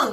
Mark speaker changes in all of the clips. Speaker 1: ピーズフ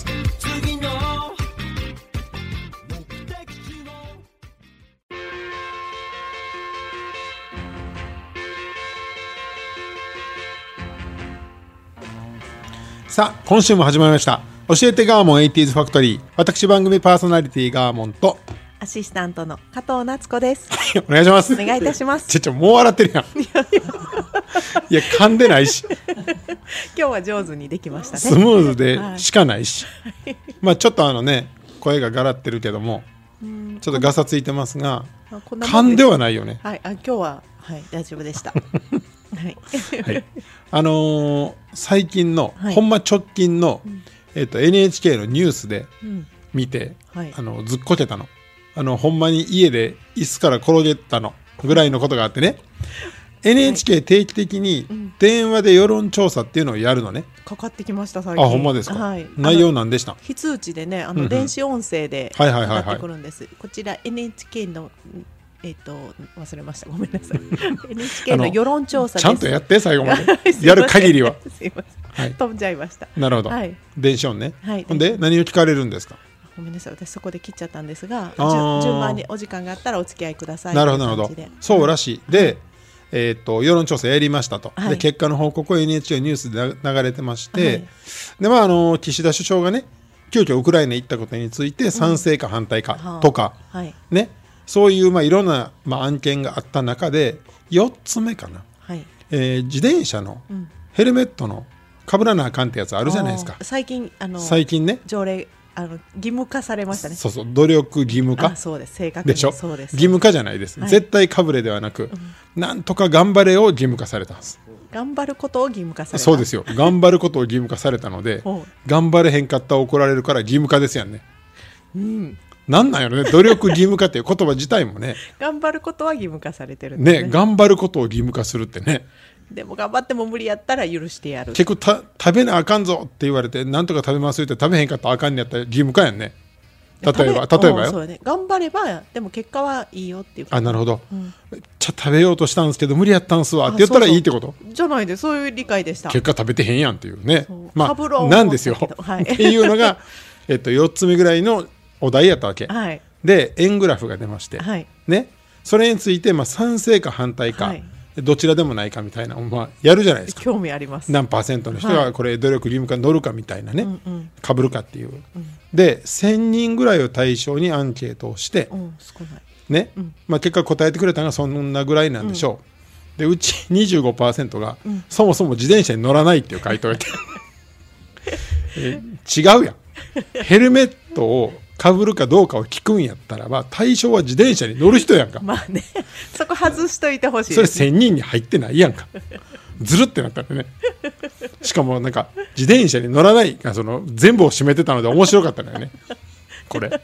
Speaker 2: さあ今週も始まりました教えてガーモン 80s ファクトリー私番組パーソナリティガーモンと
Speaker 3: アシスタントの加藤夏子です。
Speaker 2: お願いします
Speaker 3: お願いいたします
Speaker 2: ちょちょもう笑ってるやんいや噛んでない し
Speaker 3: 今日は上手にできました
Speaker 2: ス
Speaker 3: ね。
Speaker 2: ムーズでしかないし、まあちょっとあのね声がガラってるけどもちょっとガサついてますが
Speaker 3: あこんなも
Speaker 2: 噛
Speaker 3: ん
Speaker 2: んではないよね
Speaker 3: はい、あ、今日は、はい、大丈夫でした。 はい。
Speaker 2: あのー最近の、
Speaker 3: はい
Speaker 2: ほんま直近の、えっと NHK のニュースで
Speaker 3: うん、
Speaker 2: 見て、
Speaker 3: はい
Speaker 2: あのずっこけたのあのほんまに家で椅子から転げたのぐらいのことがあってね NHK 定期的に電話で世論調査っていうのをやるのね、
Speaker 3: かかってきました、最近。
Speaker 2: あほんまですか、
Speaker 3: はい。
Speaker 2: 内
Speaker 3: あ
Speaker 2: 容
Speaker 3: の。
Speaker 2: なんでした
Speaker 3: 非通知でね、あ
Speaker 2: うんう
Speaker 3: の
Speaker 2: ん
Speaker 3: 電子音声で。
Speaker 2: はい
Speaker 3: か
Speaker 2: はいはいは
Speaker 3: か
Speaker 2: い
Speaker 3: ってくるんです。こちら N. H. K. の。えっと、忘れました。ごめんなさい。N. H. K. の世論調 査です。
Speaker 2: ちゃんとやって最後ま
Speaker 3: は
Speaker 2: で
Speaker 3: い
Speaker 2: す
Speaker 3: いません
Speaker 2: やる限りは。
Speaker 3: すいま
Speaker 2: は
Speaker 3: せん。
Speaker 2: い
Speaker 3: 飛んじゃいました。
Speaker 2: なるほど、
Speaker 3: はい
Speaker 2: 電子音ね、
Speaker 3: はい
Speaker 2: ほんで何を聞かれるんですか
Speaker 3: ごめんなさい私そこで切っちゃったんですが
Speaker 2: あー
Speaker 3: 順順番にお時間があったらお付き合いください
Speaker 2: なるほどなるほ
Speaker 3: という
Speaker 2: ど
Speaker 3: 感じで
Speaker 2: そうらしいで、えーっと世論調査やりましたと、
Speaker 3: は
Speaker 2: で
Speaker 3: い
Speaker 2: 結果の報告を NHK ニュースで流れてまして、
Speaker 3: はい
Speaker 2: でまああの岸田首相がね急遽ウクライナに行ったことについて賛成か反対かとか、
Speaker 3: はい
Speaker 2: ねそういう、まあ、いろんな、まあ、案件があった中で4つ目かな、
Speaker 3: はい
Speaker 2: えー自転車の
Speaker 3: ん
Speaker 2: ヘルメットのかぶらなあかんってやつあるじゃないですか
Speaker 3: あー最近あの
Speaker 2: 最近ね
Speaker 3: 条例あの義務化されましたね
Speaker 2: そうそう努力義務化
Speaker 3: あそうです正確に
Speaker 2: でしょ
Speaker 3: そうです
Speaker 2: 義務化じゃないです、
Speaker 3: はい
Speaker 2: 絶対かぶれではなく、なんとか頑張れを義務化されたんです
Speaker 3: 頑張ることを義務化された
Speaker 2: そうですすよ頑張ることを義務化されたので
Speaker 3: ほう
Speaker 2: 頑張れへんかったら怒られるから義務化ですやんね
Speaker 3: うん
Speaker 2: なんなんやろね努力義務化っていう言葉自体もね
Speaker 3: 頑張ることは義務化されてるん です
Speaker 2: ね頑張ることを義務化するってね
Speaker 3: でも頑張っても無理やったら許してやる
Speaker 2: 結局た食べなあかんぞって言われてなんとか食べますって食べへんかったらあかんねやったら義務化やんね例えば
Speaker 3: 食べ
Speaker 2: 例えば
Speaker 3: うんそう
Speaker 2: よ
Speaker 3: だね頑張ればでも結果はいいよっていう
Speaker 2: あなるほ
Speaker 3: ど
Speaker 2: ど、じゃあ食べようとしたんですけど無理やったんすわって言ったらいいってこと
Speaker 3: じゃないでそういう理解でした
Speaker 2: 結果食べてへんやんっていうね
Speaker 3: そう
Speaker 2: ま
Speaker 3: かぶ
Speaker 2: あ
Speaker 3: ろう思った
Speaker 2: なんですよ、
Speaker 3: けどはい
Speaker 2: っていうのが、 えっと、4つ目ぐらいのお題やったわけ、
Speaker 3: はい
Speaker 2: で円グラフが出まして、
Speaker 3: はい
Speaker 2: ね、それについて、まあ、賛成か反対か、
Speaker 3: はい
Speaker 2: どちらでもないかみたいな、まあ、やるじゃないですか
Speaker 3: 興味あります
Speaker 2: 何パーセントの人
Speaker 3: は
Speaker 2: がこれ努力義務化に乗るかみたいなね、
Speaker 3: うんうん
Speaker 2: かぶるかっていう、で1,000人ぐらいを対象にアンケートをして、
Speaker 3: うん少ない
Speaker 2: ねまあ、結果答えてくれたのがそんなぐらいなんでしょう、でうち25%が、そもそも自転車に乗らないっていう回答やって え違うやんヘルメットをかぶるかどうかを聞くんやったらば対象は自転車に乗る人やんか、
Speaker 3: まあね、 そこ外しといてほしい
Speaker 2: それ
Speaker 3: です。
Speaker 2: 1000人に入ってないやんかずるってなったんでねしかもなんか自転車に乗らないがその全部を占めてたので面白かったのよねこれ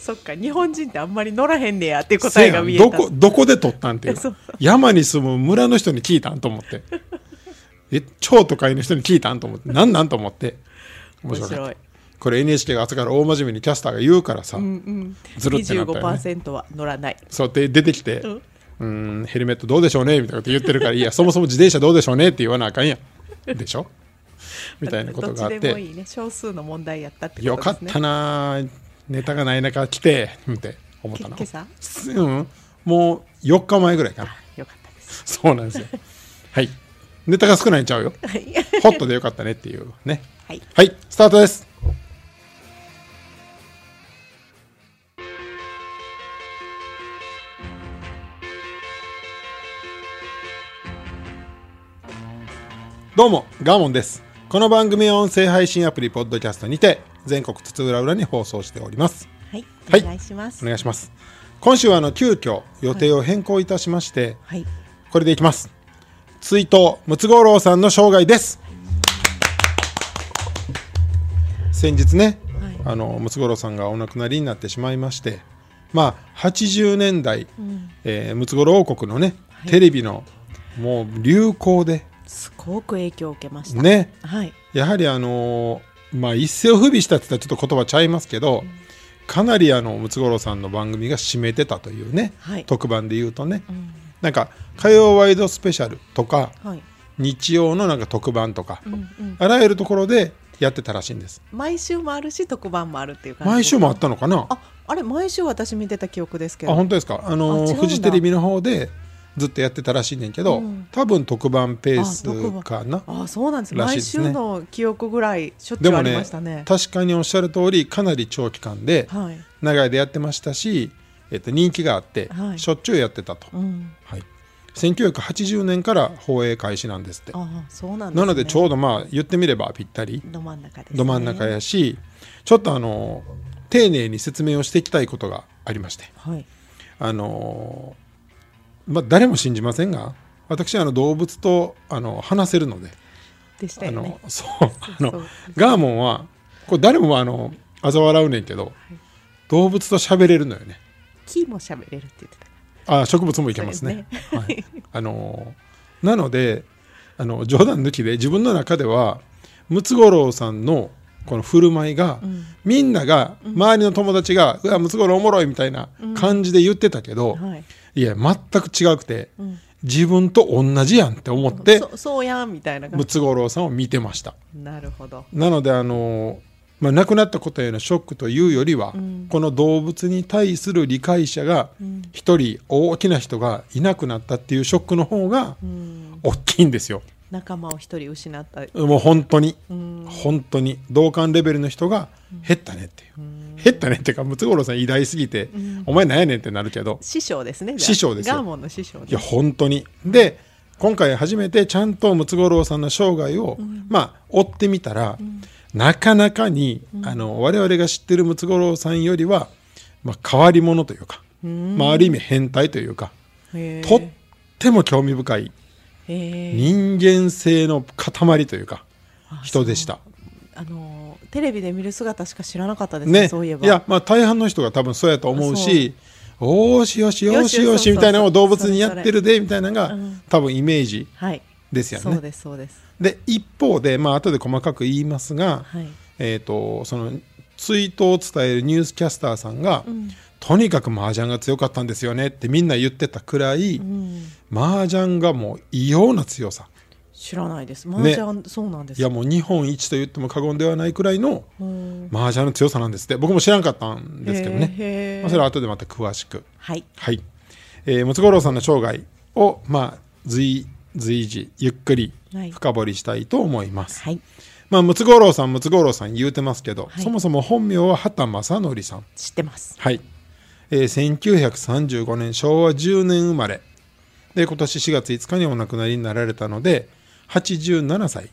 Speaker 3: そっか、日本人ってあんまり乗らへんねやっていう答えが見えた。
Speaker 2: せやんどこどこで撮ったんっていう
Speaker 3: そう
Speaker 2: 山に住む村の人に聞いたんと思ってえ超都会の人に聞いたんと思ってなんなんと思って面
Speaker 3: 面
Speaker 2: 白かった
Speaker 3: 白い。
Speaker 2: これ NHK が朝から大真面目にキャスターが言うからさ、
Speaker 3: うんうん。
Speaker 2: ずるってなったよね
Speaker 3: 25%は乗らない。
Speaker 2: そうやって出てきて、
Speaker 3: うん
Speaker 2: うーんヘルメットどうでしょうねみたいなこと言ってるからいやそもそも自転車どうでしょうねって言わなあかんやんでしょみたいなことがあって
Speaker 3: どっちでもいいね。少数の問題やったってことですね。
Speaker 2: よかったなあネタがない中来てって思っ
Speaker 3: け
Speaker 2: たの
Speaker 3: 今朝
Speaker 2: うん、もう4日前ぐらいかな
Speaker 3: よかっ たです。
Speaker 2: そうなんですよ。はい。ネタが少ないんちゃうよ。
Speaker 3: はい。
Speaker 2: ホットでよかったねっていうね。
Speaker 3: はい。
Speaker 2: はい、スタートです。どうも、ガーモンです。この番組は音声配信アプリ、ポッドキャストにて、全国津々浦々に放送しております。
Speaker 3: はい。
Speaker 2: はい
Speaker 3: お願いします。
Speaker 2: お願いします。今週はあの急遽予定を変更いたしまして、
Speaker 3: はい。
Speaker 2: これでいきます追悼ムツゴロウさんの生涯です先日ね、
Speaker 3: はい
Speaker 2: あのムツゴロウさんがお亡くなりになってしまいましてまあ80年代、
Speaker 3: うん、
Speaker 2: えームツゴロウ王国のね、
Speaker 3: はい
Speaker 2: テレビのもう流行です
Speaker 3: ごく影響を受けました。
Speaker 2: ね
Speaker 3: はい。
Speaker 2: やはりあのーまあ一世を風靡したって言ったらちょっと言葉ちゃいますけど、かなりあのムツゴロウさんの番組が占めてたというね、
Speaker 3: はい
Speaker 2: 特番で言うとね
Speaker 3: うん、
Speaker 2: なんか火曜ワイドスペシャルとか
Speaker 3: はい。
Speaker 2: 日曜のなんか特番とか、
Speaker 3: うんうん。
Speaker 2: あらゆるところでやってたらしいんです
Speaker 3: 毎週もあるし特番もあるっていう感じ。
Speaker 2: 毎週もあっ。たのかなあ
Speaker 3: あ、あれ毎週私見てた記憶ですけど。
Speaker 2: 本当ですかあの
Speaker 3: あ違うん
Speaker 2: ー
Speaker 3: だ
Speaker 2: フジテレビの方でずっとやってたらしいねんけど、
Speaker 3: うん
Speaker 2: 多分特番ペー
Speaker 3: あ特
Speaker 2: ス
Speaker 3: 番
Speaker 2: かな
Speaker 3: あそうなんです
Speaker 2: らしいで
Speaker 3: 毎
Speaker 2: す
Speaker 3: 週
Speaker 2: ね
Speaker 3: の記憶ぐらいしょっち
Speaker 2: で
Speaker 3: ゅうあ
Speaker 2: も
Speaker 3: り
Speaker 2: ね
Speaker 3: ましたね。
Speaker 2: 確かにおっしゃる通りかなり長期間で
Speaker 3: はい。
Speaker 2: 長いでやってましたし、えっと、人気があって、
Speaker 3: はい
Speaker 2: しょっちゅうやってたと、
Speaker 3: うん。
Speaker 2: はい、1980年から放映開始なんですって
Speaker 3: あそうなんです、ね。
Speaker 2: なのでちょうどまあ言ってみればぴったり
Speaker 3: ど真ん中です、ね。
Speaker 2: ど真ん中。やし、ちょっとあの丁寧に説明をしていきたいことがありまして
Speaker 3: はい。
Speaker 2: あの、まあ、誰も信じませんが私あの動物とあの話せるので、
Speaker 3: でした
Speaker 2: あ
Speaker 3: よ
Speaker 2: の
Speaker 3: ね。
Speaker 2: そうあ
Speaker 3: そう
Speaker 2: のガーモンはこれ誰もあの嘲笑うねんけど、動物と喋れるのよね
Speaker 3: 木も喋れるって言ってた。
Speaker 2: あ植物もいけますね。はい、あのなのであの冗談抜きで自分の中ではムツゴロウさんのこの振る舞いが、
Speaker 3: ん
Speaker 2: みんなが周りの友達が「うわムツゴロウおもろい」みたいな感じで言ってたけど、
Speaker 3: はい。
Speaker 2: い、や全く違くて、
Speaker 3: うん
Speaker 2: 自分と同じやんって思って
Speaker 3: そそうやんみたいな感
Speaker 2: ム
Speaker 3: じ。
Speaker 2: ツゴロウさんを見てました。
Speaker 3: なるほど。
Speaker 2: なのであの、まあ、亡くなったことへのショックというよりは、
Speaker 3: うん
Speaker 2: この動物に対する理解者が
Speaker 3: うん
Speaker 2: 一人大きな人がいなくなったっていうショックの方が
Speaker 3: うん。
Speaker 2: 大きいんですよ。
Speaker 3: 仲間を一人失った。
Speaker 2: もう本当に
Speaker 3: うん。
Speaker 2: 本当に同感レベルの人が減ったねっていう、減ったねっていうかムツゴロウさん偉大すぎて、お前なんやねんってなるけど
Speaker 3: 師匠ですね。じゃあ
Speaker 2: 師匠ですよ
Speaker 3: ガーモンの師匠ね。
Speaker 2: いや本当にで今回初めてちゃんとムツゴロウさんの生涯を、まあ追ってみたら、なかなかに、あの我々が知ってるムツゴロウさんよりは、まあ、変わり者というか、
Speaker 3: うん
Speaker 2: まあ、ある意味変態というか、
Speaker 3: へー
Speaker 2: とっても興味深い
Speaker 3: へー
Speaker 2: 人間性の塊というか
Speaker 3: あ
Speaker 2: 人でした。
Speaker 3: あのーテレビで見る姿しか知らなかったですね。
Speaker 2: ね、
Speaker 3: そういえば。
Speaker 2: や、まあ、大半の人が多分そうやと思うしおーしよしよしよ
Speaker 3: よしよ
Speaker 2: し
Speaker 3: し
Speaker 2: みたいなのを動物
Speaker 3: そうそう
Speaker 2: にやってるでみたいなのが、
Speaker 3: うん
Speaker 2: 多分イメージ
Speaker 3: はい。
Speaker 2: ですよね。
Speaker 3: そうですそうです。
Speaker 2: で一方で、まあ後で細かく言いますが、
Speaker 3: はい。
Speaker 2: えー、とそのツイートを伝えるニュースキャスターさんが、
Speaker 3: うん
Speaker 2: とにかく麻雀が強かったんですよねってみんな言ってたくらい、
Speaker 3: うん。
Speaker 2: 麻雀がもう異様な強さ
Speaker 3: 知らないです。麻雀、そうなんです
Speaker 2: いやもう日本一と言っても過言ではないくらいの
Speaker 3: うん
Speaker 2: 麻雀の強さなんですって僕も知らんかったんですけど
Speaker 3: へ
Speaker 2: ね、
Speaker 3: ー
Speaker 2: まあ、それは後でまた詳しく
Speaker 3: はい。
Speaker 2: はい、えー、ムツゴロウさんの生涯を、まあ、随随時ゆっくり
Speaker 3: はい
Speaker 2: 深掘りしたいと思います、
Speaker 3: はい。
Speaker 2: まあ、ムツゴロウさん、ムツゴロウさん言うてますけど、
Speaker 3: はい
Speaker 2: そもそも本名は畑正則さん。
Speaker 3: 知ってます。
Speaker 2: はい。えー1935年、昭和10年生まれ。で、今年4月5日にお亡くなりになられたので、87歳。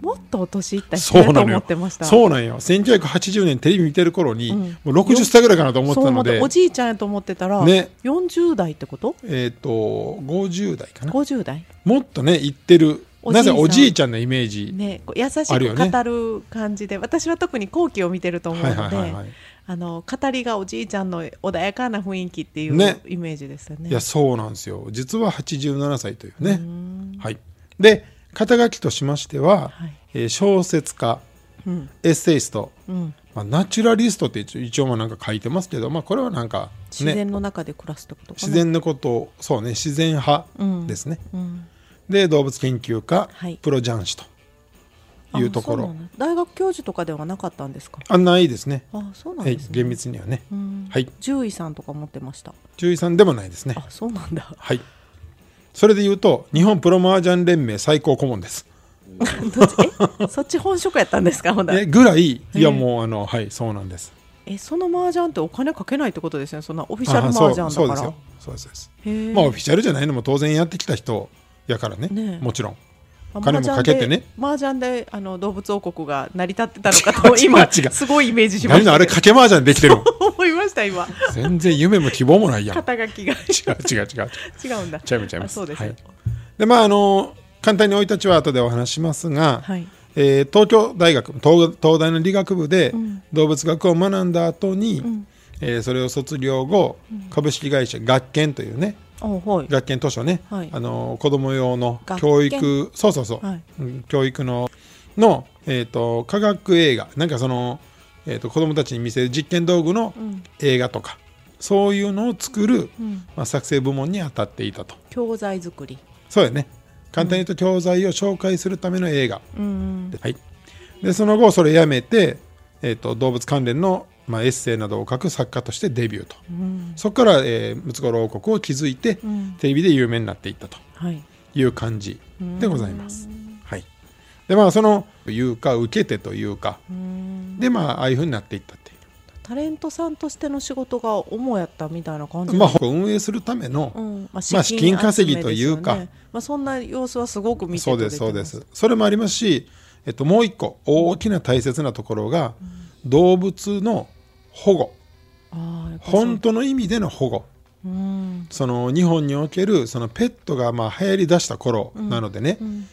Speaker 3: もっとお年いった人だと思ってました。
Speaker 2: そうなんよ。1980年テレビ見てる頃に、
Speaker 3: うん
Speaker 2: もう60歳ぐらいかなと思って
Speaker 3: そう
Speaker 2: た
Speaker 3: 思
Speaker 2: の
Speaker 3: って
Speaker 2: で、
Speaker 3: おじいちゃんやと思ってたら、
Speaker 2: ね
Speaker 3: 40代ってこと
Speaker 2: えっ、と、50代かな。
Speaker 3: 50代
Speaker 2: もっとね、言ってる、
Speaker 3: おじ
Speaker 2: ないぜ
Speaker 3: さん
Speaker 2: おじいちゃんのイメージ。
Speaker 3: ね、こう優し
Speaker 2: あるよ
Speaker 3: く
Speaker 2: ね
Speaker 3: 語る感じで、私は特に後期を見てると思うので、
Speaker 2: はいはいはいはい
Speaker 3: あの語りがおじいちゃんの穏やかな雰囲気っていう
Speaker 2: ね
Speaker 3: イメージですよね。
Speaker 2: いや、そうなんですよ。実は87歳というね。
Speaker 3: うん
Speaker 2: はい、で肩書きとしましては、
Speaker 3: はい
Speaker 2: えー小説家
Speaker 3: うん
Speaker 2: エッセイスト、
Speaker 3: うん
Speaker 2: まあ、ナチュラリストって一応一応まあなんか書いてますけど、まあ、これはなんか、
Speaker 3: 自
Speaker 2: ね、
Speaker 3: 然の中で暮らすってことかな。
Speaker 2: 自然のことをそうね自然派ですね、
Speaker 3: うん
Speaker 2: で動物研究家、
Speaker 3: はい
Speaker 2: プロ雀士と
Speaker 3: あ
Speaker 2: いうとこ
Speaker 3: そう
Speaker 2: ろ
Speaker 3: なんだ大学教授とかではなかったんですか。
Speaker 2: あないですね
Speaker 3: あ、そうなん
Speaker 2: はい
Speaker 3: です、ね。
Speaker 2: 厳密にはね、
Speaker 3: うん
Speaker 2: はい
Speaker 3: 獣医さんとか持ってました。
Speaker 2: 獣医さんでもないですね
Speaker 3: あ、そうなんだ。
Speaker 2: はいそれで言うと日本プロマージャン連盟最高顧問です
Speaker 3: どっちえ、 そっち本職やったんですか、ほんなら
Speaker 2: えぐらいいやもうあのはいそうなんです
Speaker 3: え、その麻雀ってお金かけないってことですよね。そんなオフィシャ
Speaker 2: あ
Speaker 3: ル麻
Speaker 2: そう
Speaker 3: 雀だから。
Speaker 2: そうですよそうですそうです
Speaker 3: へー
Speaker 2: まあオフィシャルじゃないのも当然やってきた人やからね
Speaker 3: ねえ
Speaker 2: もちろん
Speaker 3: まあ
Speaker 2: 金もかけてね
Speaker 3: 麻雀で麻雀であの動物王国が成り立ってたのかと今
Speaker 2: 違 う違う
Speaker 3: すごいイメージしま
Speaker 2: 何
Speaker 3: し
Speaker 2: の
Speaker 3: た
Speaker 2: あれ
Speaker 3: けど
Speaker 2: 掛け麻雀できてるもん
Speaker 3: 思いました 今
Speaker 2: 全然夢も希望もないやん違
Speaker 3: 肩書きが
Speaker 2: う違う違う違う
Speaker 3: 違うんだ
Speaker 2: ちゃいますちゃいます
Speaker 3: あそうです
Speaker 2: は
Speaker 3: はいい、
Speaker 2: でまああの簡単に生い立ちは後でお話しますが、
Speaker 3: はい
Speaker 2: えー東京大学東東大の理学部で
Speaker 3: ん
Speaker 2: 動物学を学んだ後に、
Speaker 3: ん
Speaker 2: えーそれを卒業後、株式会社学研というね
Speaker 3: あはい
Speaker 2: 学研図書ね、
Speaker 3: はい
Speaker 2: あの子供用の
Speaker 3: 学研
Speaker 2: 教育そうそうそう、
Speaker 3: はい
Speaker 2: うん教育のの、えー、と科学映画なんかその、えー、と子供たちに見せる実験道具の
Speaker 3: ん
Speaker 2: 映画とか、そういうのを作る、
Speaker 3: うん
Speaker 2: まあ、作成部門に当たっていたと
Speaker 3: 教材作り
Speaker 2: そうやね簡単に言うと教材を紹介するための映画、
Speaker 3: うん
Speaker 2: はい、でその後それやめて、えー、と動物関連の、まあ、エッセイなどを書く作家としてデビューと、
Speaker 3: うん
Speaker 2: そこから、えームツゴロウ王国を築いて、
Speaker 3: うん
Speaker 2: テレビで有名になっていったと
Speaker 3: はい
Speaker 2: いう感じでございます。はい、でまあそのいうか受けてというか
Speaker 3: うん
Speaker 2: でまあああいうふうになっていったっていう
Speaker 3: タレントさんとしての仕事が主やったみたいな感じ
Speaker 2: まあ運営するための、
Speaker 3: うんまあ、
Speaker 2: まあ資金稼ぎというか
Speaker 3: 集めですよねまあ、そんな様子はすごく見て
Speaker 2: そうで
Speaker 3: 取れ
Speaker 2: す
Speaker 3: て
Speaker 2: そうで
Speaker 3: ます
Speaker 2: それもありますし、えっと、もう一個大きな大切なところが、動物の保護
Speaker 3: ああやっぱりそう
Speaker 2: 本当の意味での保護
Speaker 3: うん
Speaker 2: その日本におけるそのペットがまあ流行りだした頃なのでね、
Speaker 3: うん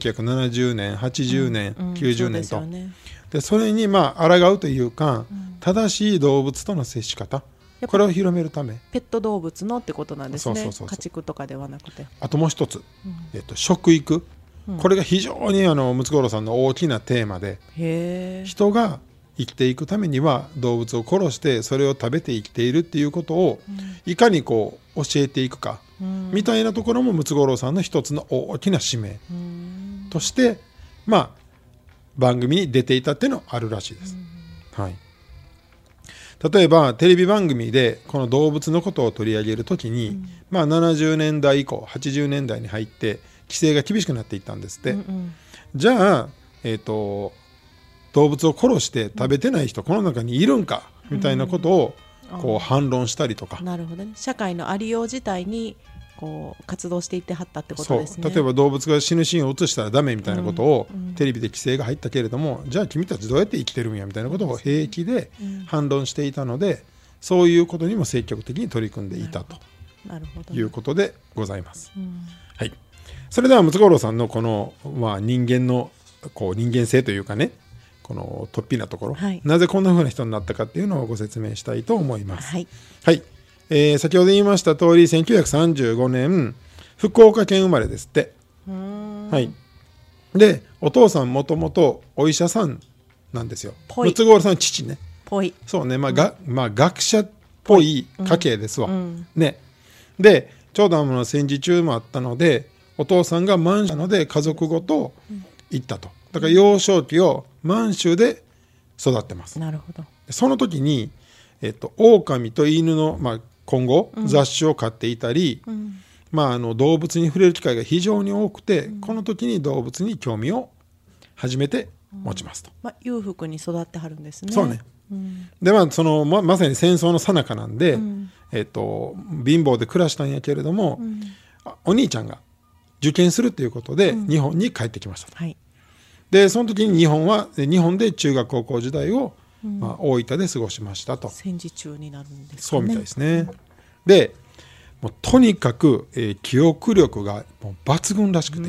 Speaker 2: 1970年80年、
Speaker 3: うんそ
Speaker 2: 90
Speaker 3: うで
Speaker 2: 年
Speaker 3: す
Speaker 2: と、
Speaker 3: よね
Speaker 2: でそれにまあ抗うというか、正しい動物との接し方
Speaker 3: ぱ
Speaker 2: これを広めるため
Speaker 3: ペット動物のってことなんですね
Speaker 2: そうそうそうそう
Speaker 3: 家畜とかではなくて
Speaker 2: あともう一つ、えっと、食育、これが非常にあのムツゴロウさんの大きなテーマで
Speaker 3: へえ
Speaker 2: 人が生きていくためには動物を殺してそれを食べて生きているっていうことをいかにこう教えていくか、
Speaker 3: うん
Speaker 2: みたいなところもムツゴロウさんの一つの大きな使命
Speaker 3: うん
Speaker 2: として、まあ番組に出ていたっていうのはあるらしいです。はい、例えばテレビ番組でこの動物のことを取り上げるときに、まあ、70年代以降80年代に入って規制が厳しくなっていったんですって、
Speaker 3: うん
Speaker 2: じゃあ、えー、と動物を殺して食べてない人この中にいるんかみたいなことをこう反論したりとか、
Speaker 3: なるほどね社会のありよう自体にこう活動していってはったってことですね
Speaker 2: そう例えば動物が死ぬシーンを映したらダメみたいなことを、
Speaker 3: うんうん
Speaker 2: テレビで規制が入ったけれどもじゃあ君たちどうやって生きてるんやみたいなことを平気で
Speaker 3: うん
Speaker 2: 反論していたので、そういうことにも積極的に取り組んでいたと
Speaker 3: なるほど
Speaker 2: いうことでございます。
Speaker 3: うん
Speaker 2: はい、それではムツゴロウさんのこの、まあ、人間のこう人間性というかねこの突飛なところ、
Speaker 3: はい
Speaker 2: なぜこんな風な人になったかっていうのをご説明したいと思います。
Speaker 3: はい
Speaker 2: はい、えー先ほど言いました通り1935年福岡県生まれですって、
Speaker 3: うん
Speaker 2: はい、でお父さんもともとお医者さんなんですよ
Speaker 3: ぽい
Speaker 2: ムツゴロウさんの父ね
Speaker 3: ぽい
Speaker 2: そうね、まあがまあ、学者っぽい家系ですわ、
Speaker 3: うん
Speaker 2: ねで長男の戦時中もあったのでお父さんが満州なので家族ごと行ったとだから幼少期を満州で育ってます
Speaker 3: なるほど
Speaker 2: その時に、えっと、狼と犬の、まあ、今後雑種を飼っていたり、
Speaker 3: うん
Speaker 2: まあ、あの動物に触れる機会が非常に多くて、この時に動物に興味を初めて持ちますと。
Speaker 3: まあ裕福に育ってはるんですね
Speaker 2: そうね
Speaker 3: うん
Speaker 2: でまあそのままさに戦争の最中なんで、
Speaker 3: ん
Speaker 2: えっと、貧乏で暮らしたんやけれども、あお兄ちゃんが受験するということで日本に帰ってきましたと。
Speaker 3: はい
Speaker 2: でその時に日本はえ日本で中学高校時代を、まあ、大分で過ごしましたと。
Speaker 3: 戦時中になるんですか
Speaker 2: そ
Speaker 3: ね
Speaker 2: うみたいですね。でもうとにかく、えー記憶力がもう抜群らしくて、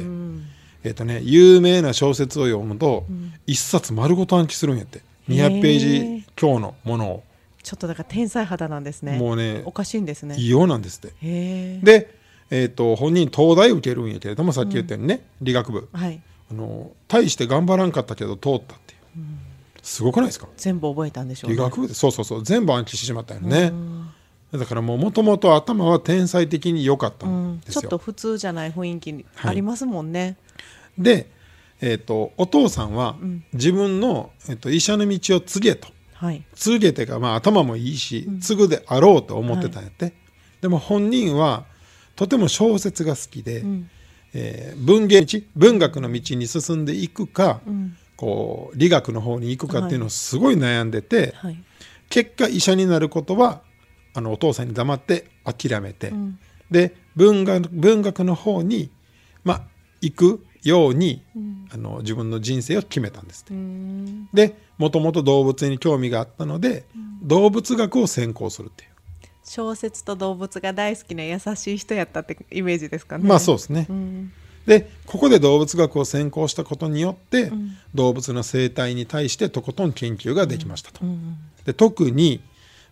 Speaker 2: えっ、とね有名な小説を読むと、一冊丸ごと暗記するんやって
Speaker 3: へ
Speaker 2: 200
Speaker 3: ー
Speaker 2: ページ強のものを、
Speaker 3: ちょっとだから天才肌なんですね
Speaker 2: もうね
Speaker 3: おかしいんですね
Speaker 2: 異様なんですって。
Speaker 3: へえ
Speaker 2: で、えー、と本人東大受けるんやけれどもさっき言ったようにね、理学部
Speaker 3: はい
Speaker 2: あの大して頑張らんかったけど通ったっていう、すごくないですか
Speaker 3: 全部覚えたんでしょうね
Speaker 2: 理学部でそうそうそう全部暗記してしまったよね、だからもうもともと頭は天才的に良かった
Speaker 3: うんん
Speaker 2: で
Speaker 3: ちょ
Speaker 2: す
Speaker 3: っ
Speaker 2: よ、
Speaker 3: と普通じゃない雰囲気
Speaker 2: はい
Speaker 3: ありますもんね
Speaker 2: で、えー、とお父さんは自分の、えー、と医者の道を継げと
Speaker 3: はい
Speaker 2: 継げてか、まあ、頭もいいし、継ぐであろうと思ってたんやって、でも本人はとても小説が好きで、えー文芸道文学の道に進んでいくか、こう理学の方に行くかっていうのをすごい悩んでて、
Speaker 3: はい
Speaker 2: 結果医者になることはあのお父さんに黙って諦めて、で文学文学の方に、まあ、行くように、あの自分の人生を決めたんですって、
Speaker 3: うん
Speaker 2: でもともと動物に興味があったので、動物学を専攻するっていう、
Speaker 3: 小説と動物が大好きな優しい人やったってイメージですかね
Speaker 2: まあそうですね、
Speaker 3: うん
Speaker 2: でここで動物学を専攻したことによって、動物の生態に対してとことん研究ができましたと。
Speaker 3: うん
Speaker 2: で特に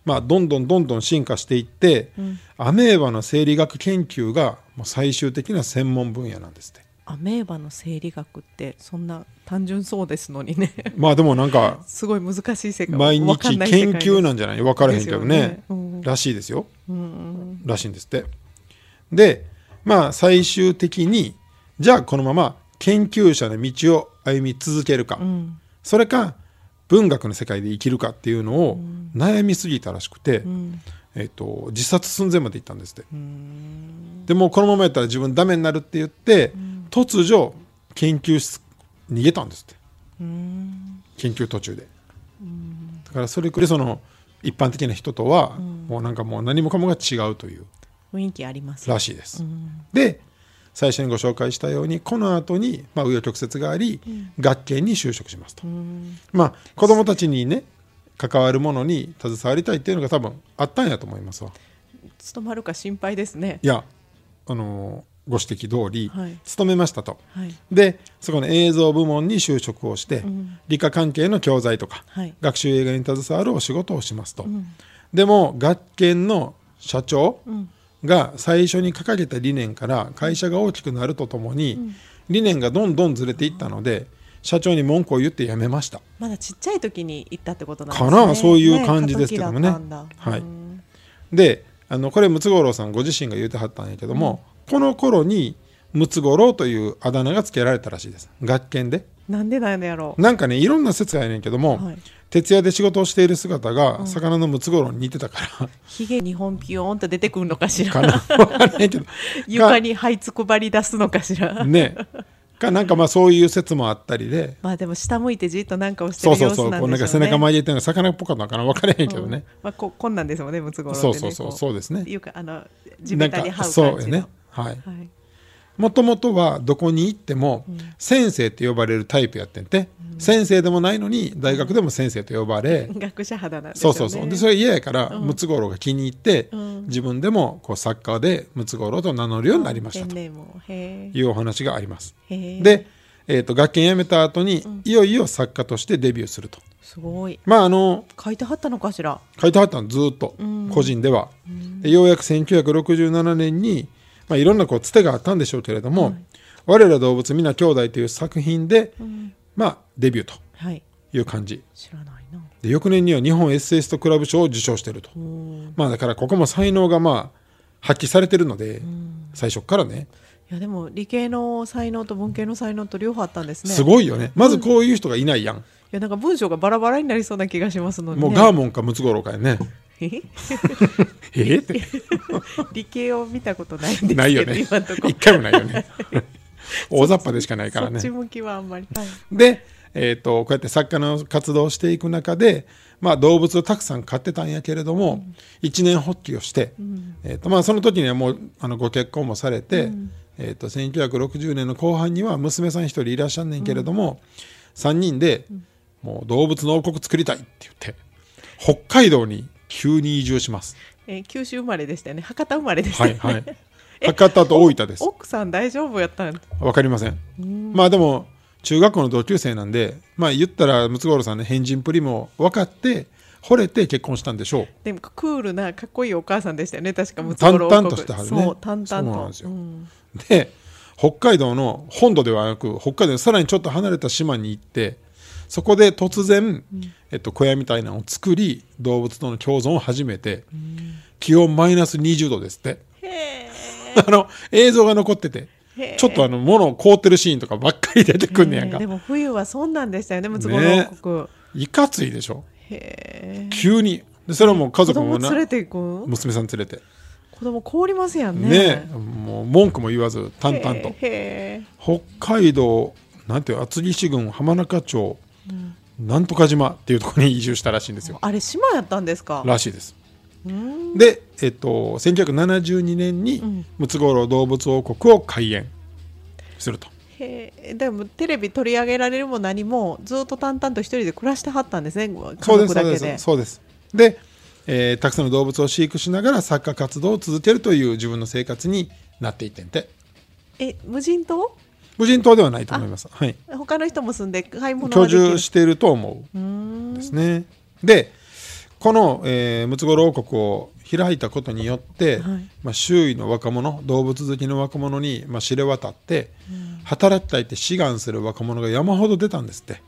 Speaker 2: まあ、どんどんどんどん進化していって、アメーバの生理学研究がもう最終的な専門分野なんですって。
Speaker 3: アメーバの生理学ってそんな単純そうですのにね
Speaker 2: まあでもなんか
Speaker 3: すごい難しい世界
Speaker 2: 毎
Speaker 3: わか
Speaker 2: 日
Speaker 3: んない世
Speaker 2: 研
Speaker 3: 界です
Speaker 2: 究なんじゃない分からへんけどね
Speaker 3: ですよねうん
Speaker 2: らしいですよ、らしいんですってでまあ最終的にじゃあこのまま研究者の道を歩み続けるか、
Speaker 3: うん
Speaker 2: それか文学の世界で生きるかっていうのを悩みすぎたらしくて、
Speaker 3: うん
Speaker 2: えっと自殺寸前まで行ったんですってでもうこのままやったら自分ダメになるって言って、突如研究室逃げたんですって
Speaker 3: うん
Speaker 2: 研究途中でだからそれくらいその一般的な人とはもうなんかもう何もかもが違うという
Speaker 3: 雰囲気あります
Speaker 2: らしいです、で最初にご紹介したようにこの後にまあ紆余曲折があり、学研に就職しますと、まあ子供たちにね関わるものに携わりたいっていうのが多分あったんやと思いますわ
Speaker 3: 務まるか心配ですね
Speaker 2: いやあのーご指摘通り、
Speaker 3: はい
Speaker 2: 勤めましたと
Speaker 3: はい
Speaker 2: でそこの映像部門に就職をして、
Speaker 3: ん
Speaker 2: 理科関係の教材とか、
Speaker 3: はい
Speaker 2: 学習映画に携わるお仕事をしますと、
Speaker 3: ん
Speaker 2: でも学研の社長
Speaker 3: ん
Speaker 2: が最初に掲げた理念から会社が大きくなるとともに、理念がどんどんずれていったので社長に文句を言って辞めました
Speaker 3: まだちっちゃい時に行ったってことなんで
Speaker 2: か
Speaker 3: すね
Speaker 2: なそういう感じですけどもね
Speaker 3: 過渡期だったんだ
Speaker 2: はい
Speaker 3: うん
Speaker 2: であのこれムツゴロウさんご自身が言うてはったんやけども、この頃にムツゴロウというあだ名が付けられたらしいです学研で
Speaker 3: なんでなんやろう
Speaker 2: なんかねいろんな説があるんやけども、
Speaker 3: はい
Speaker 2: 徹夜で仕事をしている姿が魚のムツゴロウに似てたから、
Speaker 3: ひげ2本ピヨーンと出てくるのかしら
Speaker 2: かなわかんないけど
Speaker 3: 床に這いつくばり出すのかしら、
Speaker 2: かねかなんかまあそういう説もあったりで
Speaker 3: まあでも下向いてじっとなんかをして
Speaker 2: そう
Speaker 3: る
Speaker 2: そ
Speaker 3: 様
Speaker 2: うそ
Speaker 3: 子
Speaker 2: う、
Speaker 3: なん
Speaker 2: こう
Speaker 3: で
Speaker 2: なん
Speaker 3: しょ
Speaker 2: か
Speaker 3: う
Speaker 2: 背
Speaker 3: ね
Speaker 2: 中曲げてるの魚っぽかったのかな分からへんけどね
Speaker 3: うん、まあ、ここんなんですもんねムツゴロウって
Speaker 2: そ
Speaker 3: ね
Speaker 2: うそうそう
Speaker 3: こ
Speaker 2: そうですね
Speaker 3: いうかあの地べたに
Speaker 2: なんか
Speaker 3: 這う
Speaker 2: そう
Speaker 3: 感
Speaker 2: よ
Speaker 3: じの
Speaker 2: ねはい
Speaker 3: はい、
Speaker 2: もともとはどこに行っても先生って呼ばれるタイプやってんて、先生でもないのに大学でも先生と呼ばれ、
Speaker 3: 学者肌なんです
Speaker 2: そ
Speaker 3: よ、
Speaker 2: う
Speaker 3: ね、
Speaker 2: そうそうでそれ嫌やから、ムツゴロウが気に入って、自分でもこう作家でムツゴロウと名乗るようになりました
Speaker 3: ペン
Speaker 2: と
Speaker 3: ネームをへ
Speaker 2: いうお話があります。
Speaker 3: えへえ
Speaker 2: で、えー、と学研辞めた後に、いよいよ作家としてデビューすると。
Speaker 3: すごい
Speaker 2: まああの
Speaker 3: 書いてはったのかしら
Speaker 2: 書いてはったのずーっと、個人では、でようやく1967年に、まあ、いろんなこうつてがあったんでしょうけれども「我ら動物皆兄弟」という作品で、まあデビューと
Speaker 3: はい
Speaker 2: いう感じ
Speaker 3: 知らないな
Speaker 2: で翌年には日本エッセイストクラブ賞を受賞してると、まあだからここも才能がまあ発揮されてるので、最初っからね
Speaker 3: いやでも理系の才能と文系の才能と両方あったんですね
Speaker 2: す
Speaker 3: い
Speaker 2: ごいよねまずこういう人がいないやん、
Speaker 3: やなんか文章がバラバラになりそうな気がしますので、ね、
Speaker 2: もうガーモンかムツゴロウかや ねえーって
Speaker 3: 理系を見たことないんですけど
Speaker 2: ないよね
Speaker 3: 今のとこ
Speaker 2: 一回もないよ ね大雑把でしかないから
Speaker 3: そ
Speaker 2: ね
Speaker 3: っち向きはあんまり、はい
Speaker 2: で、えー、とこうやって作家の活動をしていく中で、まあ、動物をたくさん飼ってたんやけれども、一年発起をして、えーとまあ、その時にはもうあのご結婚もされて、えー、と1960年の後半には娘さん一人いらっしゃんねんけれども、三人で、もう動物の王国作りたいって言って北海道に急に移住します。
Speaker 3: えー九州生まれでしたよね博多生まれでした
Speaker 2: はい
Speaker 3: よね、
Speaker 2: はい、博多と大分です。
Speaker 3: 奥さん大丈夫やったん
Speaker 2: わかりません。まあでも中学校の同級生なんで、まあ言ったらムツゴロウさんの変人プリも分かって惚れて結婚したんでしょう。
Speaker 3: でもクールなかっこいいお母さんでしたよね確かムツ
Speaker 2: 淡
Speaker 3: ゴロウ王
Speaker 2: 々
Speaker 3: 国
Speaker 2: としてはるね。
Speaker 3: そう淡々と
Speaker 2: そうなんですよ。
Speaker 3: ん
Speaker 2: で北海道の本土ではなく北海道のさらにちょっと離れた島に行ってそこで突然、えっと、小屋みたいなのを作り動物との共存を始めて、気温マイナス20度ですって。
Speaker 3: へ
Speaker 2: あの映像が残ってて
Speaker 3: へー
Speaker 2: ちょっとあの物を凍ってるシーンとかばっかり出てくんねやん
Speaker 3: え
Speaker 2: か
Speaker 3: で。も冬はそんなんでしたよねムツゴロウ王国、
Speaker 2: いかついでしょ
Speaker 3: へえ
Speaker 2: 急にでそれはもう家
Speaker 3: 子
Speaker 2: 族も
Speaker 3: 供
Speaker 2: な
Speaker 3: 連れていく子
Speaker 2: 娘さん連れて
Speaker 3: 供凍りますやんね
Speaker 2: ねえもう文句も言わず淡々と
Speaker 3: へえ
Speaker 2: 北海道なんていう厚木市郡浜中町、なんとか島っていうところに移住したらしいんですよ
Speaker 3: あれ島やったんですから
Speaker 2: しいです
Speaker 3: うん
Speaker 2: で、えっと、1972年に
Speaker 3: ん
Speaker 2: ムツゴロウ動物王国を開園すると、
Speaker 3: へえでもテレビ取り上げられるも何もずっと淡々と一人で暮らしてはったんですね
Speaker 2: そ
Speaker 3: 家
Speaker 2: うで
Speaker 3: 族
Speaker 2: すそ
Speaker 3: だ
Speaker 2: う
Speaker 3: け
Speaker 2: で
Speaker 3: です
Speaker 2: そうですで、えーたくさんの動物を飼育しながら作家活動を続けるという自分の生活になっていってんて
Speaker 3: え無人島
Speaker 2: 無人島ではないと思います、はい、
Speaker 3: 他の人も住んで買い物が
Speaker 2: 居
Speaker 3: できる
Speaker 2: 住していると思
Speaker 3: うーん
Speaker 2: うんですね。でこの、えームツゴロウ王国を開いたことによって、
Speaker 3: はい
Speaker 2: まあ、周囲の若者動物好きの若者に、まあ、知れ渡って、働きたいって志願する若者が山ほど出たんですって、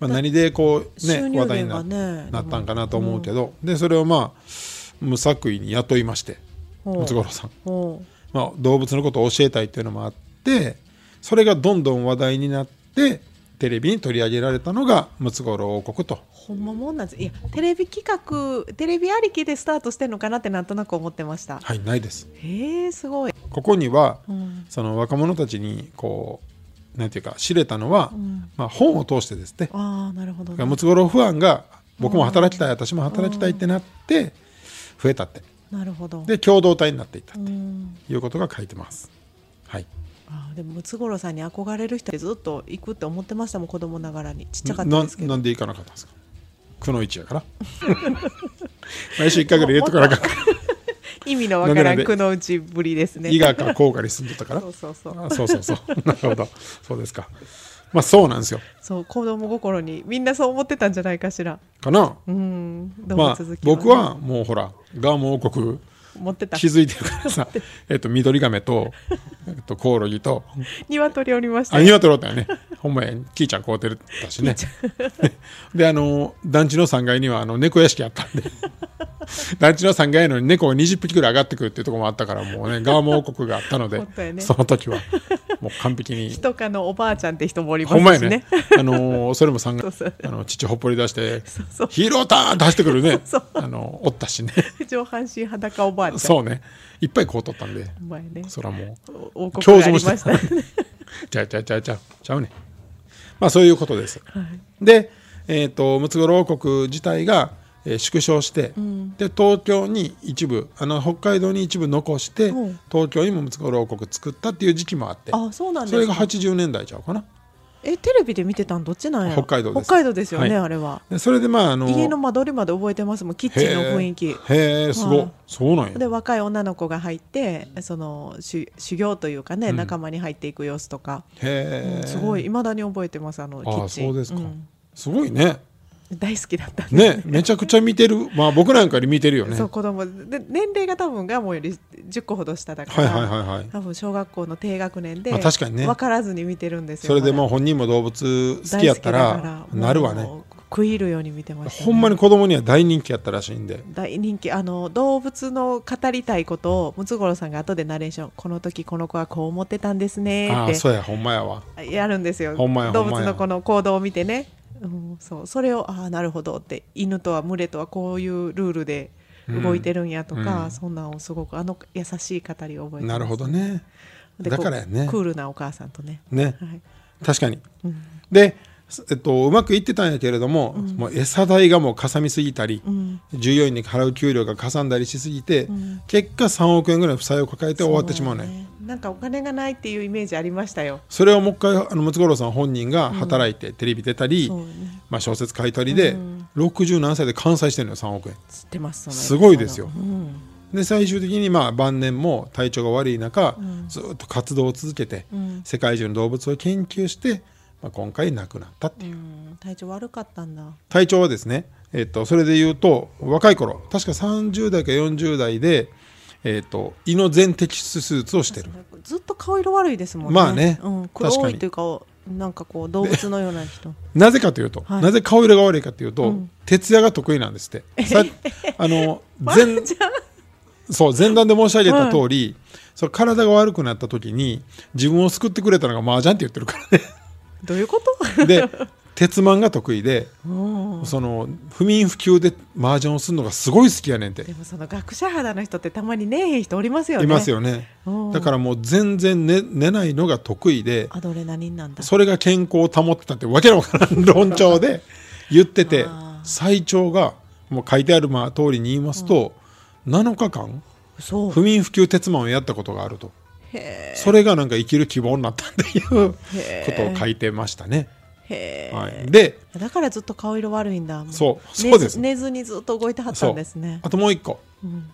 Speaker 2: まあ、何でこう、
Speaker 3: 収入
Speaker 2: ね、話題に
Speaker 3: 源
Speaker 2: な,、
Speaker 3: がね
Speaker 2: なったんかなと思うけど、でそれをまあ無作為に雇いまして
Speaker 3: ほう
Speaker 2: ムツゴロウさん、
Speaker 3: ほう
Speaker 2: まあ、動物のことを教えたいっていうのもあってそれがどんどん話題になってテレビに取り上げられたのがムツゴロウ王国と
Speaker 3: ほんまもんなんですいやテレビ企画テレビありきでスタートしてんのかなってなんとなく思ってました
Speaker 2: はいないです
Speaker 3: へえすごい、
Speaker 2: ここには
Speaker 3: うん
Speaker 2: その若者たちにこうなんていうか知れたのは、
Speaker 3: うん
Speaker 2: まあ、本を通してですね
Speaker 3: ああなるほど
Speaker 2: だ
Speaker 3: ね、
Speaker 2: からムツゴロウファンが僕も働きたい私も働きたいってなって増えたって
Speaker 3: なるほど
Speaker 2: で共同体になっていった
Speaker 3: う
Speaker 2: と
Speaker 3: ん
Speaker 2: いうことが書いてますはい
Speaker 3: あーでもムツゴロウさんに憧れる人でずっと行くって思ってましたもん子供ながらにちっちゃかった
Speaker 2: な
Speaker 3: ですけど
Speaker 2: なんで行かなかったんですかくのいちやから 毎週1回ぐらい入れとかなあかんから
Speaker 3: 意味のわから
Speaker 2: なんでなん
Speaker 3: ん
Speaker 2: で
Speaker 3: くのうちぶりですね
Speaker 2: 伊賀か甲賀に住んでたから
Speaker 3: そうそうそう
Speaker 2: あそうそう そうなるほどそうですかまあそうなんですよ
Speaker 3: そう子供心にみんなそう思ってたんじゃないかしら
Speaker 2: かな
Speaker 3: うんどう
Speaker 2: ま
Speaker 3: も
Speaker 2: あ
Speaker 3: 続き、
Speaker 2: 僕はもうほらガーモ王国
Speaker 3: 持ってた
Speaker 2: 気づいてるからさ えっと緑亀と えっとコオロギと
Speaker 3: 鶏おりました
Speaker 2: あ、
Speaker 3: よ
Speaker 2: ニワトロだよね。ほんまや、キーちゃん買うてるだしね。 で、あの、団地の3階にはあの猫屋敷あったん で、団地の3階やのに猫が20匹ぐらい上がってくるっていうところもあったから、もうね、ガーモ王国があった ので、
Speaker 3: 本当やね
Speaker 2: その時は、もう完璧に。
Speaker 3: 人かのおばあちゃんって人もおりま
Speaker 2: ほんまや
Speaker 3: すし
Speaker 2: ね
Speaker 3: ね。
Speaker 2: あのそれも3
Speaker 3: そうそう
Speaker 2: 階、あの、父ほっぽり出して、
Speaker 3: そうそう
Speaker 2: ヒーローターンって走ってくるね、
Speaker 3: そう
Speaker 2: あの、おった しね。
Speaker 3: 上半身裸おばあちゃん
Speaker 2: そうね。いっぱいこう取ったんで、
Speaker 3: ほんまやね
Speaker 2: そらもう。
Speaker 3: お王
Speaker 2: 競
Speaker 3: 国があ
Speaker 2: 争
Speaker 3: り
Speaker 2: も
Speaker 3: ま
Speaker 2: して
Speaker 3: したね
Speaker 2: ちゃうちゃうちゃうちゃうちゃうねまあそういうことです、
Speaker 3: はい
Speaker 2: で、えー、とムツゴロウ王国自体が、えー縮小して、で東京に一部あの北海道に一部残して、
Speaker 3: うん
Speaker 2: 東京にもムツゴロウ王国作ったっていう時期もあって
Speaker 3: あそうなんです
Speaker 2: そ
Speaker 3: か
Speaker 2: れが80年代ちゃうかな
Speaker 3: えテレビで見てたんどっちなんや
Speaker 2: 北海道です
Speaker 3: 北海道ですよね、
Speaker 2: はい
Speaker 3: あれは
Speaker 2: でそれでまああの
Speaker 3: 家の間取りまで覚えてますもんキッチンの雰囲気
Speaker 2: へえへえすごい、
Speaker 3: はい
Speaker 2: そうなんや
Speaker 3: で若い女の子が入ってその修修行というかね、仲間に入っていく様子とか、
Speaker 2: へえ
Speaker 3: すごい未だに覚えてますあのキ
Speaker 2: あ
Speaker 3: ッ
Speaker 2: あ
Speaker 3: チン
Speaker 2: そうですか、
Speaker 3: ん
Speaker 2: すごいね
Speaker 3: 大好きだったんで
Speaker 2: ねめちゃくちゃ見て るまあ僕なんかより見てるよね
Speaker 3: そう子供で年齢が多分ガモより10個ほど下だか
Speaker 2: はい
Speaker 3: ら、
Speaker 2: はいはいはい
Speaker 3: 多分小学校の低学年で、
Speaker 2: まあ確かにね
Speaker 3: 分からずに見てるんですよ
Speaker 2: それでもう
Speaker 3: ま
Speaker 2: 本人も動物
Speaker 3: だ
Speaker 2: 好きやった
Speaker 3: 大好きだ
Speaker 2: ら
Speaker 3: から
Speaker 2: なるわ
Speaker 3: も
Speaker 2: ね
Speaker 3: う食い入るように見てましたね、
Speaker 2: ほんまに子供には大人気やったらしいんで
Speaker 3: 大人気あの動物の語りたいことをムツゴロウさんが後でナレーションこの時この子はこう思ってたんですね
Speaker 2: あ
Speaker 3: っ
Speaker 2: あ
Speaker 3: て
Speaker 2: そうやほんまやわ
Speaker 3: やるんですよ
Speaker 2: ほんまや
Speaker 3: 動
Speaker 2: ほんま
Speaker 3: 物
Speaker 2: や
Speaker 3: のこの行動を見てね、うん、そうそれをああなるほどって犬とは群れとはこういうルールで動いてるんやとか、
Speaker 2: うん
Speaker 3: そんなんをすごくあの優しい語りを覚えてま
Speaker 2: な
Speaker 3: す
Speaker 2: るほどね
Speaker 3: で
Speaker 2: だからやね
Speaker 3: こうクールなお母さんとね、
Speaker 2: ね
Speaker 3: はい、
Speaker 2: 確かにで、えっと、うまくいってたんやけれども,、もう餌代がもうかさみすぎたり、
Speaker 3: ん
Speaker 2: 従業員に払う給料がかさんだりしすぎて、
Speaker 3: ん
Speaker 2: 結果3億円ぐらい負債を抱えて終わってしまうね
Speaker 3: そなんかお金がないっていうイメージありましたよ
Speaker 2: それをもう一回あのムツゴロウさん本人が働いて、テレビ出たり、
Speaker 3: そうね
Speaker 2: まあ、小説書いたりで、60何歳で完済してるのよ3億円
Speaker 3: 知ってますその
Speaker 2: すごいですよ
Speaker 3: うん
Speaker 2: で最終的にまあ晩年も体調が悪い中、ずっと活動を続けて、
Speaker 3: うん
Speaker 2: 世界中の動物を研究して、まあ、今回亡くなったっていう
Speaker 3: うん、体調悪かったんだ
Speaker 2: 体調はですね、えっとそれで言うと若い頃確か30代か40代で、えっと胃の全摘出手術をしてる
Speaker 3: ずっと顔色悪いですもんね。
Speaker 2: まあね
Speaker 3: うん、
Speaker 2: 確かに
Speaker 3: 黒いというか、なんかこう動物のような人。
Speaker 2: なぜかというと、
Speaker 3: はい
Speaker 2: なぜ顔色が悪いかというと、徹夜が得意なんですってさあ の全
Speaker 3: じゃ
Speaker 2: そう前段で申し上げた通り、そう体が悪くなった時に自分を救ってくれたのが麻雀って言ってるからね
Speaker 3: どういう こと？
Speaker 2: で鉄マンが得意で
Speaker 3: うん
Speaker 2: その不眠不休で麻雀をするのがすごい好きやねんて
Speaker 3: でもその学者肌の人ってたまにねえへん人おりますよね。
Speaker 2: います。よね
Speaker 3: うん
Speaker 2: だからもう全然寝寝ないのが得意で
Speaker 3: アドレナリンなんだ。
Speaker 2: それが健康を保ってたってわけのわからん論調で言ってて
Speaker 3: あー
Speaker 2: 最長がもう書いてあるまあ通りに言いますと、7日間
Speaker 3: そう。
Speaker 2: 不眠不休鉄マンをやったことがあるとそれがなんか生きる希望になったっていうことを書いてましたね、
Speaker 3: へえ。
Speaker 2: はい、で
Speaker 3: だからずっと顔色悪いんだ。
Speaker 2: そう
Speaker 3: 寝ず
Speaker 2: そうです
Speaker 3: 寝ずにずっと動いてはった
Speaker 2: そ
Speaker 3: んですね
Speaker 2: う。あともう一個、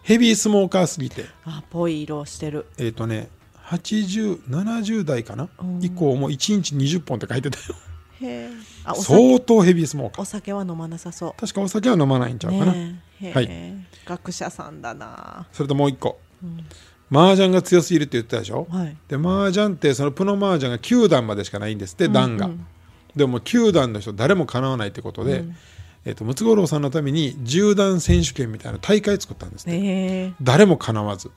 Speaker 2: ヘビースモーカーすぎて
Speaker 3: あ、ぽい色をしてる。
Speaker 2: えっ、とね8070代かな、以降も1日20本って書いてたよ
Speaker 3: へえあお酒
Speaker 2: 相当ヘビースモーカー
Speaker 3: お酒は飲まなさそ
Speaker 2: 確かお酒は飲まないんち
Speaker 3: う
Speaker 2: ゃうかな、
Speaker 3: ねえへえ、
Speaker 2: は
Speaker 3: 学者さんだな
Speaker 2: それともう一個
Speaker 3: うん
Speaker 2: 麻雀が強すぎるって言ってたでしょ、
Speaker 3: はい
Speaker 2: で麻雀ってそのプロ麻雀が9段までしかないんですって段が、でも9段の人誰もかなわないってことで、えっとムツゴロウさんのために10段選手権みたいな大会作ったんですって、
Speaker 3: へえ
Speaker 2: 誰もかなわず、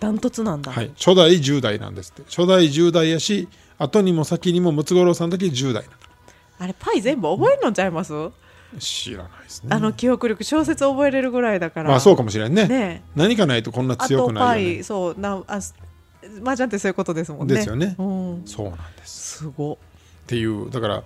Speaker 3: ダントツなんだ、
Speaker 2: はい、初代10代なんですって初代10代やし後にも先にもムツゴロウさんだけ10代な
Speaker 3: あれパイ全部覚えるのちゃいます、
Speaker 2: の知らないですね
Speaker 3: あの記憶力小説覚えれるぐらいだから
Speaker 2: まあそう
Speaker 3: か
Speaker 2: かもしれんね
Speaker 3: ね
Speaker 2: 何かないとこんな
Speaker 3: あ
Speaker 2: 強
Speaker 3: と
Speaker 2: くな
Speaker 3: パ
Speaker 2: いよね
Speaker 3: イそうなあす麻雀ってそういうことですもんね
Speaker 2: ですよね
Speaker 3: うん、
Speaker 2: そうなんです
Speaker 3: すご
Speaker 2: っていうだから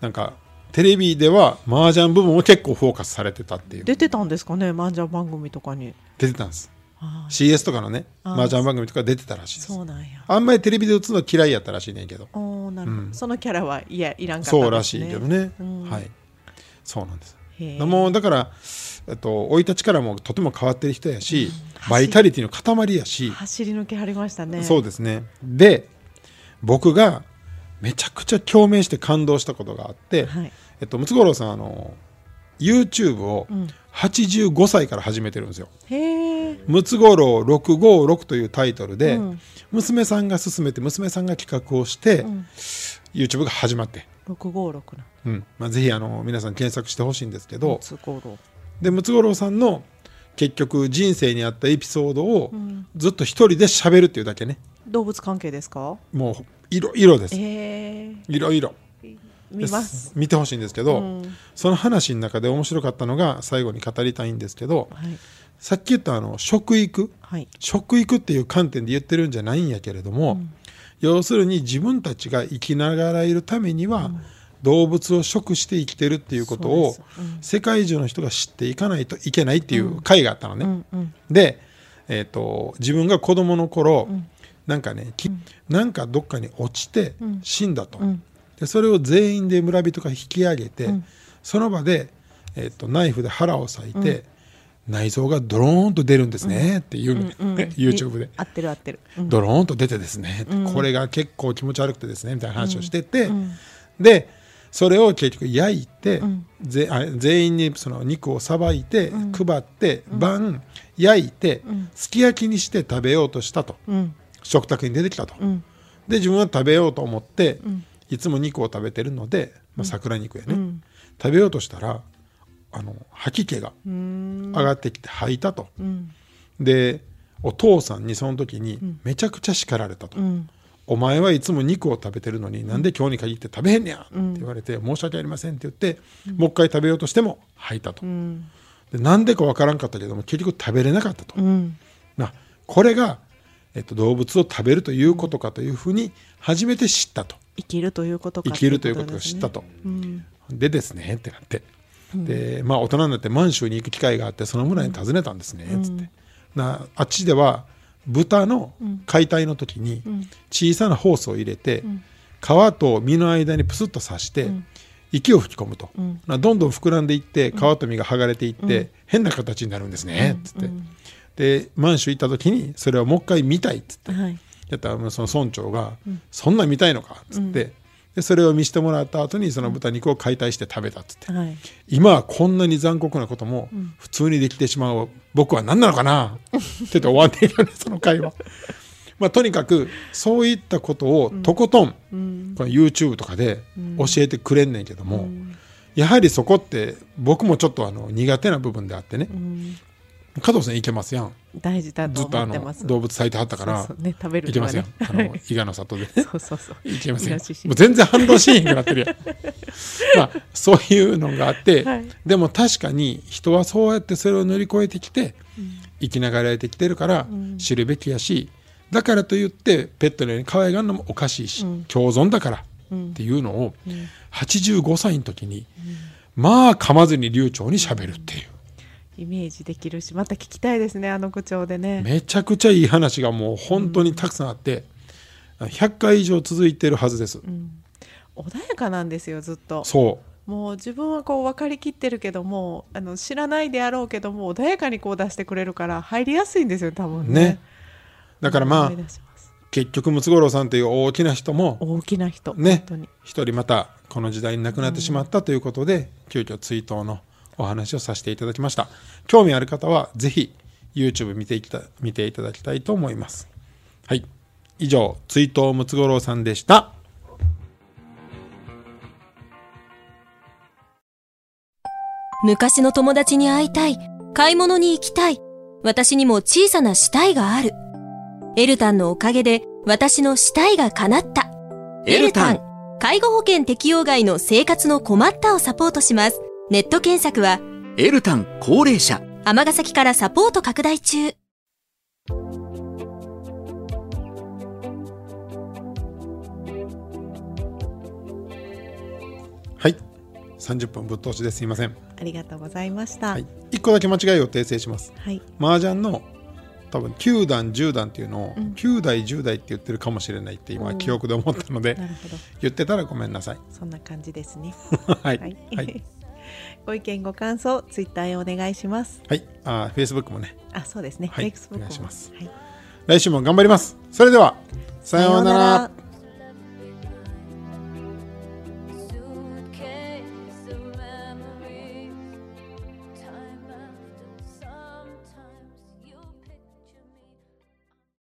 Speaker 2: なんかテレビでは麻雀部分を結構フォーカスされてたっていう
Speaker 3: 出てたんですかね麻雀番組とかに
Speaker 2: 出てたんです
Speaker 3: ああ
Speaker 2: CS とかのね
Speaker 3: あー
Speaker 2: 麻雀番組とか出てたらしいです
Speaker 3: そうなんや
Speaker 2: あんまりテレビで打つの嫌いやったらしいねんけど
Speaker 3: おーなるほど、
Speaker 2: うん
Speaker 3: そのキャラはいやいらんかったんです、ね、
Speaker 2: そうらしいけどね、
Speaker 3: うん
Speaker 2: はいそうなんです
Speaker 3: へえ
Speaker 2: もうだからえっと生い立ちからもとても変わってる人やし、
Speaker 3: うん
Speaker 2: バイタリティの塊やし、
Speaker 3: 走り抜けはりましたね
Speaker 2: そうですねで僕がめちゃくちゃ共鳴して感動したことがあって、
Speaker 3: はい
Speaker 2: えっと、ムツゴロウさんあの YouTube を
Speaker 3: うん
Speaker 2: 85歳から始めてるんですよ。
Speaker 3: へえ
Speaker 2: ムツゴロウ656というタイトルで、
Speaker 3: うん
Speaker 2: 娘さんが勧めて娘さんが企画をして、
Speaker 3: うん
Speaker 2: YouTube が始まって、
Speaker 3: 656な
Speaker 2: うんまあ、ぜひあの皆さん検索してほしいんですけど、
Speaker 3: 通行路
Speaker 2: でムツゴロウさんの結局人生にあったエピソードを
Speaker 3: うん
Speaker 2: ずっと一人で喋るっていうだけね
Speaker 3: 動物関係ですか
Speaker 2: もういろいろです
Speaker 3: へえ
Speaker 2: いろいろ
Speaker 3: 見ます
Speaker 2: 見てほしいんですけど、
Speaker 3: うん
Speaker 2: その話の中で面白かったのが最後に語りたいんですけど
Speaker 3: はい
Speaker 2: さっき言ったあの食育
Speaker 3: はい
Speaker 2: 食育っていう観点で言ってるんじゃないんやけれども、要するに自分たちが生きながらいるためには、動物を食して生きてるっていうことを
Speaker 3: そうですうん
Speaker 2: 世界中の人が知っていかないといけないっていう会があったのね。
Speaker 3: うんうん
Speaker 2: で、えー、と自分が子供の頃、
Speaker 3: ん
Speaker 2: なんかね、きなんかどっかに落ちて
Speaker 3: うん
Speaker 2: 死んだと、
Speaker 3: うん
Speaker 2: でそれを全員で村人が引き上げて、
Speaker 3: うん
Speaker 2: その場で、えー、とナイフで腹を裂いて、内臓がドローンと出るんですね、っていうのね、
Speaker 3: うんうん
Speaker 2: YouTube で
Speaker 3: 合ってる合ってるうん
Speaker 2: ドローンと出てですね、
Speaker 3: うん
Speaker 2: これが結構気持ち悪くてですねみたいな話をしてて、
Speaker 3: うん
Speaker 2: でそれを結局焼いて、
Speaker 3: うん
Speaker 2: ぜあ全員にその肉をさばいて、
Speaker 3: うん
Speaker 2: 配って、晩焼いて、
Speaker 3: うん
Speaker 2: すき焼きにして食べようとしたと
Speaker 3: うん
Speaker 2: 食卓に出てきたと、
Speaker 3: うん
Speaker 2: で自分は食べようと思って、
Speaker 3: うん
Speaker 2: いつも肉を食べてるので、まあ、桜肉やね、
Speaker 3: うん
Speaker 2: 食べようとしたらあの吐き気が
Speaker 3: うーん
Speaker 2: 上がってきて吐いたと、
Speaker 3: うん
Speaker 2: でお父さんにその時にめちゃくちゃ叱られたと。
Speaker 3: うん
Speaker 2: お前はいつも肉を食べてるのになんで今日に限って食べへんねやって言われて、申し訳ありませんって言って、もう一回食べようとしても吐いたと、
Speaker 3: うん
Speaker 2: でなんでかわからんかったけども結局食べれなかったと、
Speaker 3: うん
Speaker 2: なこれが、えっと、動物を食べるということかというふうに初めて知ったと
Speaker 3: 生きるということか
Speaker 2: 生きるということを知ったと
Speaker 3: ということですね
Speaker 2: でですねってなって、でまあ大人になって満州に行く機会があってその村に訪ねたんですね、つってなあっちでは豚の解体の時に小さなホースを入れて、皮と身の間にプスッと刺して、息を吹き込むと、
Speaker 3: ん
Speaker 2: などんどん膨らんでいって皮と身が剥がれていって、変な形になるんですね、つって、で満州行った時にそれをもう一回見たいっつって
Speaker 3: うんはい
Speaker 2: やったらもうその村長が「そんなん見たいのか」っつって、でそれを見せてもらった後にその豚肉を解体して食べたっつって、
Speaker 3: はい
Speaker 2: 今はこんなに残酷なことも普通にできてしまう僕は何なのかなって言って終わってい たねその会話。まあ、とにかくそういったことをとことん、この YouTube とかで教えてくれんねんけども、やはりそこって僕もちょっとあの苦手な部分であってね、
Speaker 3: うん
Speaker 2: 加藤さんいけますやん
Speaker 3: 大事だ
Speaker 2: ず
Speaker 3: と
Speaker 2: っとあ
Speaker 3: 思って
Speaker 2: の
Speaker 3: ます
Speaker 2: 動物咲いてはったから
Speaker 3: そうそうね食べる
Speaker 2: いけ ますやん
Speaker 3: の
Speaker 2: あ
Speaker 3: はね
Speaker 2: の伊賀の里で
Speaker 3: そうそうそう
Speaker 2: いけません
Speaker 3: イ
Speaker 2: も
Speaker 3: ノシシ
Speaker 2: う全然反動しへんくなってる やんまあそういうのがあって、
Speaker 3: はい
Speaker 2: でも確かに人はそうやってそれを乗り越えてきて、生きながらえてきてるから知るべきやし、だからといってペットのように可愛がるのもおかしいし、共存だからっていうのを、85歳の時に、まあ噛まずに流暢にしゃべるっていう。
Speaker 3: イメージできるしまた聞きたいですねあの口調でね
Speaker 2: めちゃくちゃいい話がもう本当にたくさんあって、100回以上続いてるはずです、
Speaker 3: 穏やかなんですよずっと
Speaker 2: そ
Speaker 3: もう自分はこう分かりきってるけどもあの知らないであろうけども穏やかにこう出してくれるから入りやすいんですよ多
Speaker 2: う
Speaker 3: 分ね
Speaker 2: ねだからまあ
Speaker 3: 思い出します
Speaker 2: 結局ムツゴロウさんという大きな人も
Speaker 3: 大きな人、
Speaker 2: ね
Speaker 3: 本当に
Speaker 2: 一人またこの時代に亡くなってしまったということで、急遽追悼のお話をさせていただきました興味ある方はぜひ YouTube 見ていきた見ていただきたいと思いますはい以上追悼ムツゴロウさんでした
Speaker 1: 昔の友達に会いたい。買い物に行きたい。私にも小さな死体がある。エルタンのおかげで私の死体が叶った。
Speaker 4: エルタン
Speaker 1: 介護保険適用外の生活の困ったをサポートします。ネット検索は
Speaker 4: エルタン高齢者
Speaker 1: 尼崎からサポート拡大中。
Speaker 2: はい30分ぶっ通しですいません、
Speaker 3: ありがとうございました。
Speaker 2: はい、1個だけ間違いを訂正します
Speaker 3: はい。
Speaker 2: 麻雀の多分9段10段っていうのを9代10代って言ってるかもしれないって今
Speaker 3: おー
Speaker 2: 記憶で思ったので
Speaker 3: なるほど。
Speaker 2: 言ってたらごめんなさい
Speaker 3: そんな感じですね。
Speaker 2: はい
Speaker 3: はい。
Speaker 2: はい、
Speaker 3: ご意見、ご感想、ツイッターへお願いします。
Speaker 2: はい、あー Facebook もね
Speaker 3: あ、そうですね。
Speaker 2: はい
Speaker 3: Facebook も
Speaker 2: お願いします
Speaker 3: はい。
Speaker 2: 来週も頑張りますそれではさようなら。